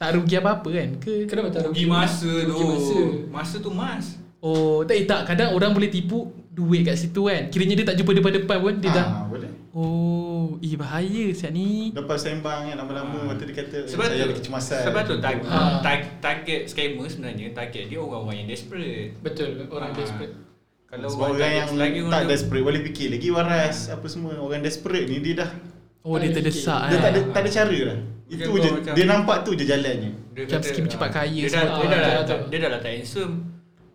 tak rugi apa-apa kan ke?
Kenapa tak
Rugi masa tu.
Rugi masa.
Masa tu mas.
Oh, tak eh, tak kadang orang boleh tipu duit kat situ kan. Kiranya dia tak jumpa depan-depan pun dia dah.
Ah, boleh
Oh, eh bahaya siap ni.
Lepas sembang kan
Ah.
lama-lama Lepas tu dia kata
Sebab
Saya ada
tu,
kecemasan
sebab tu tar-
Ah.
tar- target scammer sebenarnya target dia orang-orang yang desperate.
Betul, orang
Ah.
desperate.
Kalau
Sebab orang yang
lagi orang
tak
tu-
desperate boleh fikir lagi waras apa semua orang desperate ni dia dah
Oh, dia terdesak
dia
eh.
tak ada tak ada cara lah. Itu
Macam
je
kau macam-
dia nampak tu je jalannya.
dia
Macam skim cepat
ah,
kaya
dia dah,
semua
dia, dah,
tu. Ah,
lah,
betul,
tak,
betul.
dia dah lah tak handsome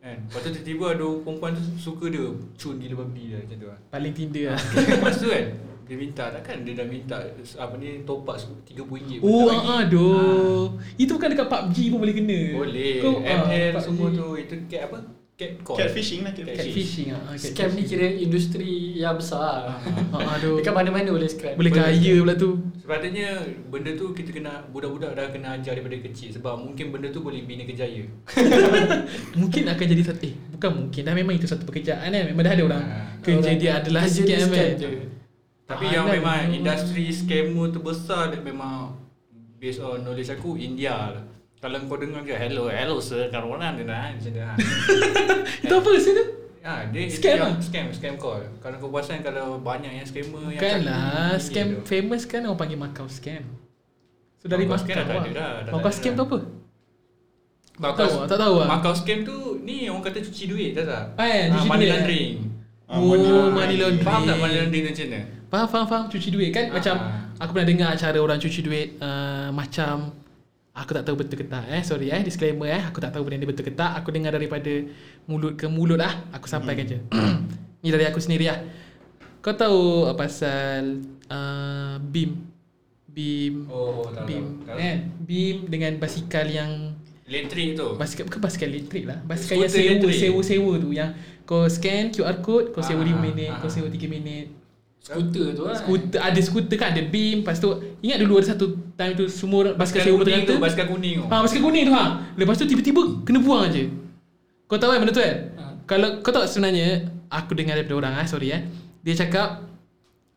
kan lepas tu tiba-tiba ada perempuan tu suka dia cun gila babi lah macam tu lah
Paling Tinder lah.
lepas tu kan dia minta takkan dia dah minta apa ni top up RM30 pun
Oh,
tak bagi.
ah, aduh. Itu bukan dekat PUBG pun boleh kena.
boleh
Kau, ah,
ML
PUBG.
semua tu itu cat apa cat call
Catfishing lah catfishing.
Catfishing ah. ah,
Scam ni kira industri yang besar.
Ah, aduh.
Dekat mana-mana boleh scam.
Boleh kaya pula tu.
sepatutnya benda tu kita kena budak-budak dah kena ajar daripada kecil sebab mungkin benda tu boleh bina kejaya
Mungkin akan jadi satu eh bukan mungkin dah memang itu satu pekerjaan kan. Memang dah ada orang
Ah.
kerja
Orang
dia adalah
kerja dia
scam kan.
je.
tapi
Ah,
yang
dah.
memang industri scammer terbesar dia memang based on knowledge aku India lah kalau kau dengar je hello hello sir corona ni dah macam tu ah.
Itu apa sih tu?
Ah, dia itu
Scam
yang
ah?
scam, scam call. Kalau kau perasan kalau banyak yang scammer yang
Bukan
kat-
lah
ni
scam
tu.
famous kan orang panggil Macau scam. So dari
Macau
Macau,
scam dah tak ada dah, dah
lah.
tak
Macau
ada
scam tu
dah.
apa?
Macau,
Tahu ah, tak tahu ah.
Macau scam tu ni orang kata cuci duit tak tak?
Eh, cuci duit,
money
eh.
laundering.
Ah,
oh,
money
money
laundering.
laundering.
Faham tak money laundering tu macam mana?
Faham, faham, faham. Cuci duit kan
Ah.
macam aku pernah dengar cara orang cuci duit uh, macam aku tak tahu betul ke tak eh sorry eh disclaimer eh aku tak tahu benda ni betul ke tak aku dengar daripada mulut ke mulut lah aku sampaikan je
Hmm.
ni dari aku sendiri lah kau tahu uh, pasal uh, BIM BIM
Oh, tahu,
BIM
tahu, tahu.
kan BIM dengan basikal yang
Electric tu.
basikal bukan basikal elektrik lah basikal yang
Skuter
sewa
elektrik.
sewa sewa tu yang kau scan QR code kau sewa
Ah,
5 minit
ah.
kau sewa 3 minit
Skuter tu lah.
Skuter ada skuter kan ada beam lepas tu ingat dulu ada satu time tu semua orang- basikal sewa
kuning tu,
berkata.
basikal kuning tu.
Ha basikal kuning tu ha. Lepas tu tiba-tiba kena buang aje. Kau tahu kan benda tu kan?
Ha.
Kalau kau tahu sebenarnya aku dengar daripada orang ah sorry eh. Dia cakap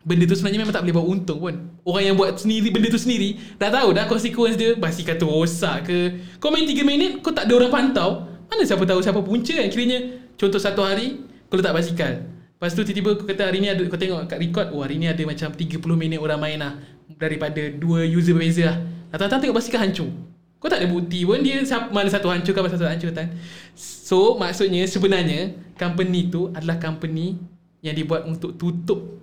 benda tu sebenarnya memang tak boleh buat untung pun. Orang yang buat sendiri benda tu sendiri dah tahu dah konsekuens dia basikal tu rosak ke. Kau main 3 minit kau tak ada orang pantau. Mana siapa tahu siapa punca kan kiranya contoh satu hari kau letak basikal. Lepas tu tiba-tiba kau kata hari ni ada kau tengok kat record oh hari ni ada macam 30 minit orang main lah daripada dua user berbeza lah. Datang-datang tengok basikal hancur. Kau tak ada bukti pun dia siap- mana satu hancur kan mana satu tak hancur kan. So maksudnya sebenarnya company tu adalah company yang dibuat untuk tutup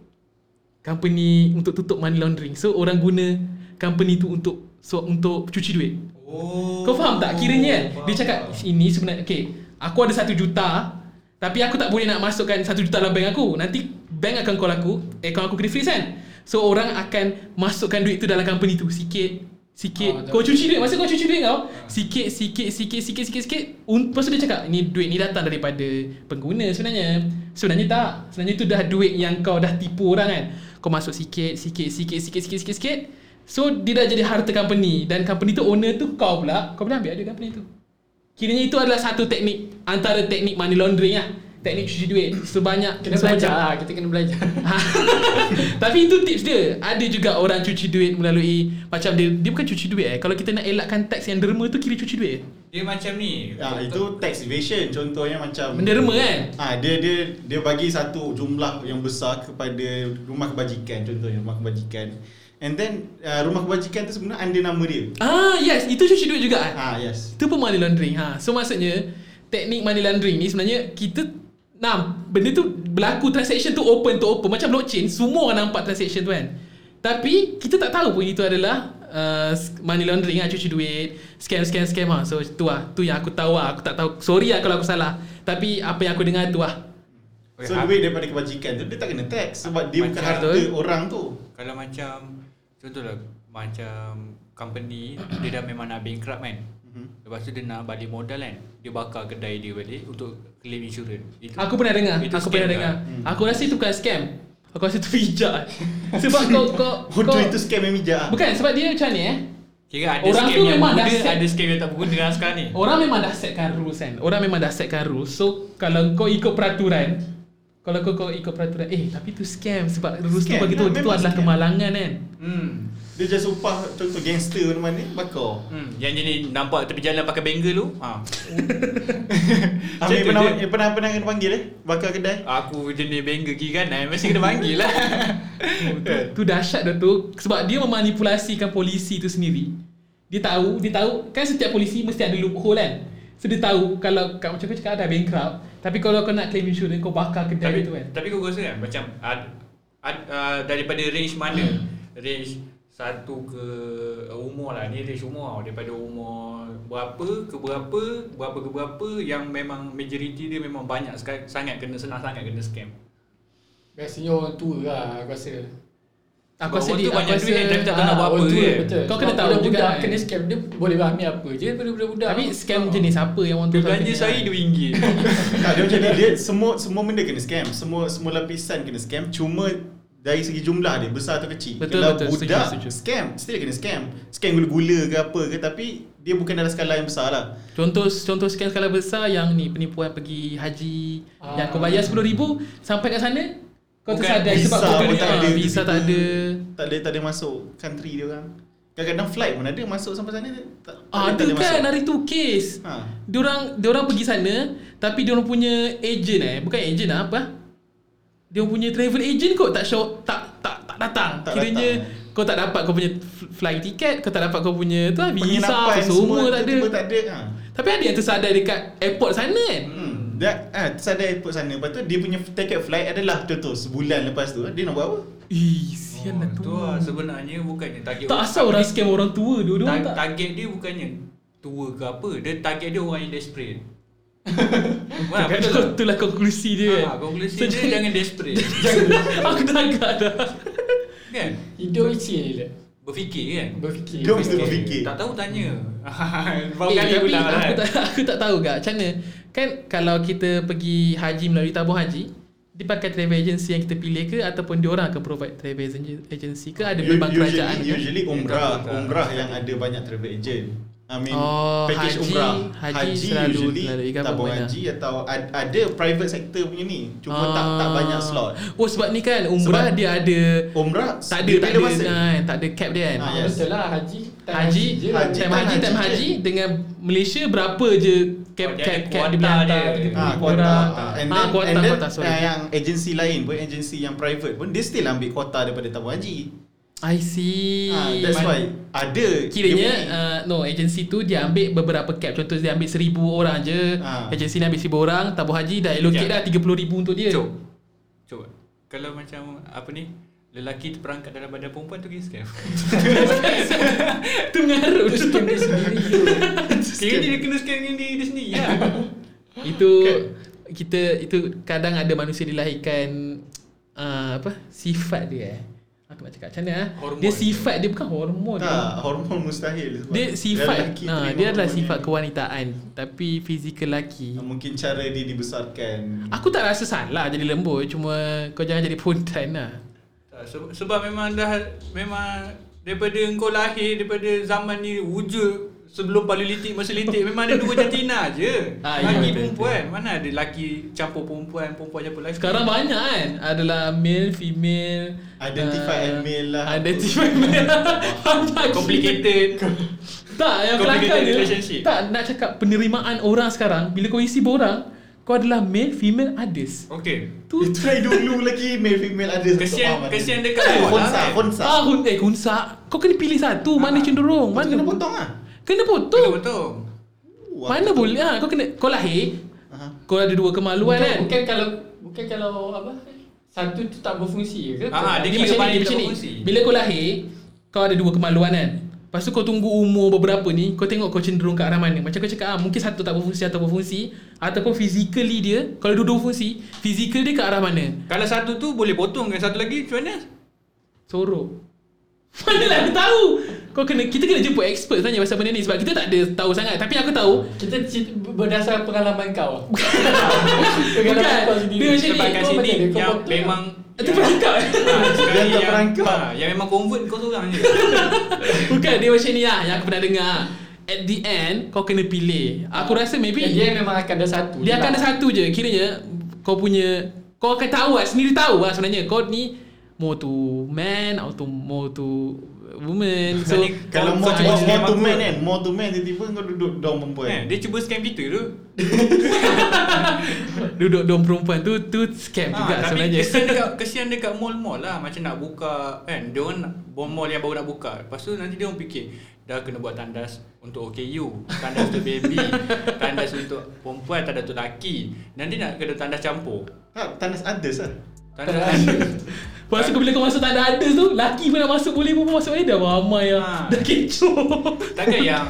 company untuk tutup money laundering. So orang guna company tu untuk so untuk cuci duit.
Oh. Oh.
Kau faham tak? Kiranya kan
Faham,
Dia cakap
faham.
Ini sebenarnya Okay Aku ada satu juta Tapi aku tak boleh nak masukkan satu juta dalam bank aku Nanti Bank akan call aku Account aku kena freeze kan So orang akan Masukkan duit tu dalam company tu Sikit
Ah,
Sikit
betul.
Kau cuci duit Masa kau cuci duit kau Sikit Sikit Sikit Sikit Sikit Sikit Un- Lepas tu dia cakap Ni duit ni datang daripada Pengguna sebenarnya Sebenarnya tak Sebenarnya tu dah duit Yang kau dah tipu orang kan Kau masuk sikit Sikit Sikit Sikit Sikit Sikit Sikit So dia dah jadi harta company Dan company tu owner tu kau pula Kau boleh ambil ada company tu Kiranya itu adalah satu teknik Antara teknik money laundering lah Teknik cuci duit Sebanyak
Kena belajar lah Kita kena belajar
Ha. Tapi itu tips dia Ada juga orang cuci duit melalui Macam dia Dia bukan cuci duit eh Kalau kita nak elakkan tax yang derma tu Kira cuci duit
Dia macam ni.
Ah itu tax evasion contohnya macam
Menderma kan
Ah dia dia dia bagi satu jumlah yang besar kepada rumah kebajikan contohnya rumah kebajikan. And then uh, rumah kebajikan tu sebenarnya under nama dia.
Ah yes Itu cuci duit juga eh
Ah yes.
Itu pun money laundering ha. So maksudnya Teknik money laundering ni sebenarnya Kita Nah Benda tu berlaku Transaction tu open to open Macam blockchain Semua orang nampak transaction tu kan Tapi Kita tak tahu pun itu adalah uh, Money laundering lah Cuci duit Scam scam scam lah So tu lah Tu yang aku tahu lah Aku tak tahu Sorry lah kalau aku salah Tapi apa yang aku dengar tu lah
Okay,
So
ah,
duit daripada kebajikan tu dia tak kena tax sebab dia bukan
Macam-
harta
Betul.
orang tu.
Kalau macam contohlah macam company dia dah memang nak bankrupt kan. Lepas tu dia nak balik modal kan. Dia bakar kedai dia balik untuk claim insurans. Itu
Aku pernah dengar
Itu
Aku
scam
pernah
kan?
dengar
lah. Hmm.
Aku rasa itu bukan scam Aku rasa itu pijak Sebab kau kau,
Bodoh
kau
itu scam yang mijak. ah.
Bukan sebab dia macam ni eh
Kira ada
Orang
scam
tu
yang
memang
berguna,
dah set.
ada scam yang tak berguna dengan sekarang ni.
Orang memang dah setkan rules kan Orang memang dah setkan rules So kalau kau ikut peraturan Kalau kau, kau ikut peraturan Eh tapi tu scam Sebab rules
Scam,
tu bagi tu
ya,
Itu
memang
adalah
scam.
kemalangan kan
Hmm.
Dia just upah contoh gangster mana ni bakar.
Hmm, yang jadi nampak tepi jalan pakai bangle tu. Ha.
Amir
tu
pernah,
dia.
eh, pernah pernah kena panggil eh bakar kedai.
Aku jenis bangle kiri kanan mesti kena panggil lah.
Tu dahsyat dah tu Sebab dia memanipulasikan polisi tu sendiri Dia tahu Dia tahu Kan setiap polisi mesti ada loophole kan So dia tahu Kalau kat- macam kau cakap dah bankrupt Tapi kalau kau nak claim insurance Kau bakar kedai
tapi,
tu kan
Tapi kau rasa kan macam ad, ad, uh, daripada range mana?
Hmm.
range satu ke uh, umur lah ni range umur tau. daripada umur berapa ke berapa berapa ke berapa yang memang majoriti dia memang banyak sekali, sangat kena senang sangat kena scam.
Biasanya orang tua lah Aku rasa ah,
Aku
Sebab
rasa
orang
dia
tu
Aku
banyak
rasa
duit tapi tak tahu nak buat
orang
apa
tua,
kan.
betul.
Kau kena
Sebab
tahu
budak-
juga kan.
Budak kena scam Dia boleh fahami apa je Daripada budak-budak
Tapi scam jenis apa yang orang
Dia
tu
belanja sehari
kan?
RM2.
Tak dia macam ni dia semua semua benda kena scam. Semua semua lapisan kena scam. Cuma dari segi jumlah dia besar atau kecil.
Betul,
Kalau
betul. Setuju,
budak
setuju.
scam, still kena scam. Scam gula-gula ke apa ke tapi dia bukan dalam skala yang besar lah.
Contoh contoh sekian skala besar yang ni penipuan pergi haji
Ah.
yang kau bayar 10000 sampai kat sana kau
Bukan
tersadar
visa
sebab kau
pun tak
kena Ah,
ada.
visa tak ada.
Tak ada tak ada masuk country dia orang. Kadang-kadang flight pun ada masuk sampai sana tak, tak
Ah
tak
tu kan
masuk.
hari tu kes.
Ha.
Diorang diorang pergi sana tapi diorang punya agent eh bukan agent lah apa? Dia punya travel agent kot tak show tak tak tak datang.
Tak
Kiranya
datang.
kau tak dapat kau punya fl- flight ticket, kau tak dapat kau punya tu lah visa
Penginapan
apa semua tak
tiba-tiba
ada.
tak ada. Ha.
Tapi ada yang tersadar dekat airport sana kan.
Hmm. Dia ah ha, sadar airport sana. Lepas tu dia punya ticket flight adalah contoh sebulan lepas tu dia nak buat apa?
Ya, Ih, sian lah
tu
tu.
lah sebenarnya bukannya target
Tak asal orang scam orang tua dua-dua
Ta-
tak.
target dia bukannya tua ke apa dia target dia orang yang desperate Wah,
Kan
betul
kau,
tak?
itulah konklusi dia.
Ha,
kan?
konklusi
So,
dia jangan desperate.
aku dah agak dah.
kan?
Hidup isi je
Berfikir kan?
Berfikir
Dia mesti
Berfikir.
berfikir.
Tak tahu tanya. Berapa
Eh,
kali
tapi
ulang
aku
kan?
tak, aku tak tahu gak macam mana. Kan kalau kita pergi haji melalui tabung haji, dia pakai travel agency yang kita pilih ke ataupun diorang akan provide travel agen- agency ke ada
U-
memang kerajaan kan? Ya,
usually,
ke?
usually
Tak,
umrah
tak.
umrah yang ada banyak travel agent I mean
Oh,
package
haji-
umrah
haji selalu- selalu lah.
usually
ikut apa
tabung
banyak.
haji atau ad- ada private sector punya ni cuma tak tak
Ah.
banyak slot
Oh sebab ni kan umrah
Sebab-
dia ada
umrah
tak ada
dia
tak ada
beza masa.
kan, tak ada cap dia kan.
Ah,
Ah,
Yes.
Betul lah haji time
haji,
je.
time
Haji, time
haji, time
haji
haji
je.
dengan Malaysia berapa je cap
Oh,
cap
dia ada
cap dia
kuota
boleh hantar
dia.
begitu.
Ah,
Orang-
kuota.
Ah,
And
ah,
then,
kuota,
and then
kuota, sorry.
ah, yang agensi lain pun, agensi yang private pun, dia still ambil kuota daripada tabung haji.
I see.
Ah, that's why ada. dia
Kiranya
punya-
uh, No agensi tu Dia ambil beberapa cap Contoh dia ambil seribu orang je
Ah.
Agensi ni ambil seribu orang Tabung haji dah allocate
Ya.
dah Tiga puluh ribu untuk dia
Cuk. Cuk. Kalau macam apa ni? Lelaki terperangkap dalam badan perempuan tu kira scam.
Tu mengarut kan? tu
Itu scam dia sendiri tu
Dia dia kena scan dengan diri dia sendiri lah
Itu
Kan?
kita itu kadang ada manusia dilahirkan uh, apa sifat dia eh. Aku nak cakap macam mana eh?
Hormon.
Dia sifat dia bukan hormon. dia.
Tak, hormon mustahil sebab
Dia sifat
lelaki
ha,
terima
dia adalah
hormon
sifat
yang-
kewanitaan tapi fizikal lelaki.
Mungkin cara dia dibesarkan
Aku tak rasa salah jadi lembut cuma kau jangan jadi puntan lah.
Tak, sebab, sebab memang dah Memang Daripada engkau lahir Daripada zaman ni Wujud Sebelum paling litik Masa litik Memang ada dua jantina je
Ah, ya, betul,
Laki perempuan Mana ada laki Campur perempuan Perempuan campur laki
Sekarang banyak kan adalah male, female, uh,
Identify and male lah.
Identify and male. Banyak
Complicated
Tak yang kelakar
Complicated
dia
relationship.
Tak nak cakap penerimaan orang sekarang Bila kau isi borang Kau adalah male, female, others
Okay
Tu
Itu lagi dulu lagi male female ada
Kesian Kesian dekat
dekat
awak lah
Konsa
kan?
Konsa
Ah, hun, eh kunsak Kau kena pilih satu Mana cenderung
Ah, Kau
mana
kena potong lah
Kena
Betul
potong
betul
Wah,
Mana boleh ha, Kau kena Kau lahir
Aha.
Kau ada dua kemaluan
bukan,
kan
bukan kalau bukan kalau apa satu tu tak berfungsi ke?
Ah, dia
Dia
kira
macam ni,
paling
dia
tak
macam ni.
berfungsi.
Bila kau lahir Kau ada dua kemaluan kan Lepas tu kau tunggu umur beberapa ni Kau tengok kau cenderung ke arah mana Macam kau cakap ah, Mungkin satu tak berfungsi atau berfungsi Ataupun physically dia Kalau dua-dua fungsi Physical dia ke arah mana
Kalau satu tu boleh potong Yang satu lagi macam mana
Sorok Manalah aku tahu Kau kena Kita kena jemput expert tanya pasal benda ni Sebab kita tak ada tahu sangat Tapi aku tahu
Kita cerita berdasar pengalaman kau.
Bukan. Dia macam ni,
Sebab kat
Kau
sini
macam mana? Kau
Yang
potong
memang
Itu perangkap eh?
Ah, sekali
Yang tak
yang-
perangkap.
ah, Yang memang convert kau seorang je
Bukan dia macam ni lah Yang aku pernah dengar At the end Kau kena pilih Aku rasa maybe
Yang dia memang akan ada satu.
Dia
je
akan
lah.
ada satu je Kiranya Kau punya Kau akan tahu lah Sendiri tahu lah sebenarnya Kau ni More to man Or to More to Woman So
Ni
Kalau more
Kau
to,
tak
more,
boleh
to
mampu.
man kan More to man tiba-tiba kau duduk dorm perempuan
Eh, Dia cuba scam kita tu
Duduk dom perempuan tu Tu scam
Ha,
juga
tapi
sebenarnya
kesian dekat, kesian dekat mall-mall lah Macam nak buka kan Dia orang nak- bom mall yang baru nak buka Lepas tu nanti dia orang fikir Dah kena buat tandas untuk OKU Tandas untuk baby Tandas untuk perempuan Tandas untuk lelaki Nanti nak kena tandas campur
Tak, tandas others lah
Tandas ada
Lepas tu bila kau masuk tak ada others tu Laki pun nak masuk boleh pun masuk boleh Dah ramai lah
Ha.
Dah kecoh
Takkan yang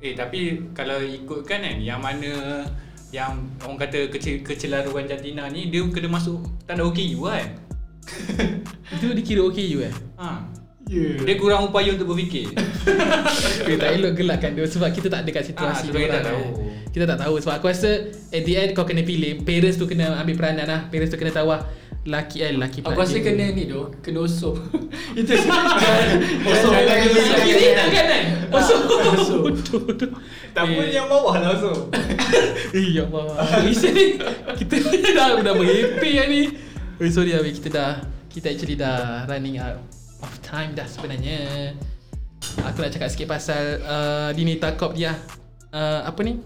Eh tapi kalau ikutkan kan Yang mana Yang orang kata kecil, kecelaruan jantina ni Dia kena masuk tanda OKU kan
Itu dikira okay you eh
ha.
Hmm.
Dia kurang upaya untuk berfikir
Kita tak elok gelakkan dia Sebab kita tak ada kat situasi
Ah, sebab
dia orang,
kita tak
eh.
tahu.
Kita tak tahu Sebab aku rasa At the end kau kena pilih Parents tu kena ambil peranan lah Parents tu kena tahu lah Laki eh laki
Aku
pula dia.
rasa kena
Ah,
ni tu, kena osop. Itu
Osop
Jangan-
tangan
jangan-
kiri,
jangan-
Kiri tak kanan Osok
osok.
Bodoh tu.
Tak pun yang bawah lah so
Eh ya Allah Isi ni Kita dah Dah merepek lah ni Eh sorry Abi Kita dah Kita actually dah Running out of time dah sebenarnya Aku nak cakap sikit pasal uh, Dini Takop dia uh, Apa ni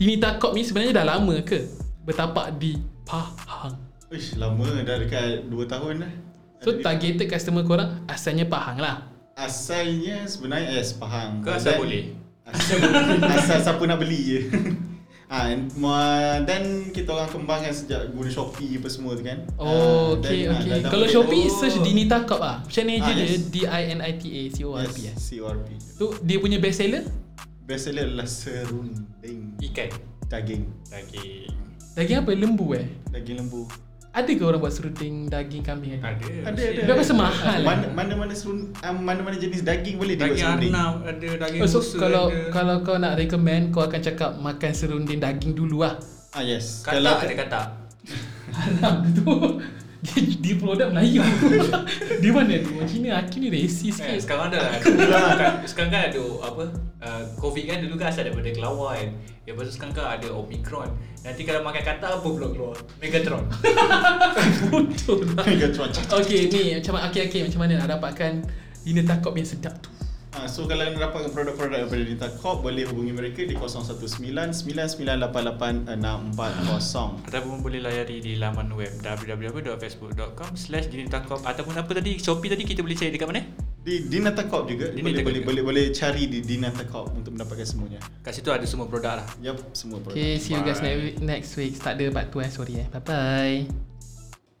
Dini Takop ni sebenarnya dah lama ke Bertapak di Pahang
Uish, lama dah dekat 2 tahun dah
So
Ada di-
targeted customer korang Asalnya Pahang lah
Asalnya sebenarnya yes Pahang.
Kau
Dan-
asal boleh?
Asal, asal siapa nak beli je. Ah, and ma- dan kita orang kembangkan sejak guna Shopee apa semua tu kan.
Oh
Ah,
okay
dan- ah,
okay
dah- dah
Kalau
boleh-
Shopee
Oh.
search Dini Takop lah Macam ni je
Ah,
dia
yes.
D-I-N-I-T-A-C-O-R-P
Yes,
yes.
CORP.
Tu eh. dia punya best seller
Best seller adalah serunding
Ikan
daging,
Daging
Daging apa? Lembu eh?
daging lembu.
Ada ke orang buat serunding daging kambing? kan? Ada.
Ada
Ada
ada.
Tapi aku rasa mahal eh.
Mana mana mana serun, ah, mana mana jenis daging boleh dibuat
Daging
serunding.
arnab Ada daging
Oh, so
rusa
kalau
ada.
kalau kau nak recommend kau akan cakap makan serunding daging dulu lah.
Ah yes.
Katak ada katak
Haram tu. Dia, dia produk Melayu. dia mana tu? Orang Cina Hakim ni racist sikit.
Eh, sekarang dah ada Sekarang kan ada apa uh, Covid kan dulu kan asal daripada kelawar kan Lepas tu sekarang kan ada Omicron Nanti kalau makan kata apa pula keluar Megatron
Bodoh lah.
Megatron.
Okay ni macam okay, okay, macam mana nak dapatkan Dina takop yang sedap tu.
Ha, so kalau nak dapatkan produk-produk daripada Dita Corp boleh hubungi mereka di 0199988640.
Ataupun boleh layari di laman web www.facebook.com slash Ataupun apa tadi Shopee tadi kita boleh cari dekat mana?
Di Dinata Corp juga boleh
Dinata Corp
boleh,
juga.
boleh boleh cari di Dinata Corp untuk mendapatkan semuanya.
Kat situ ada semua produk lah
Yap, semua produk.
Okay, see you guys
Bye.
next next week. Tak ada part tu eh, sorry eh. Bye bye.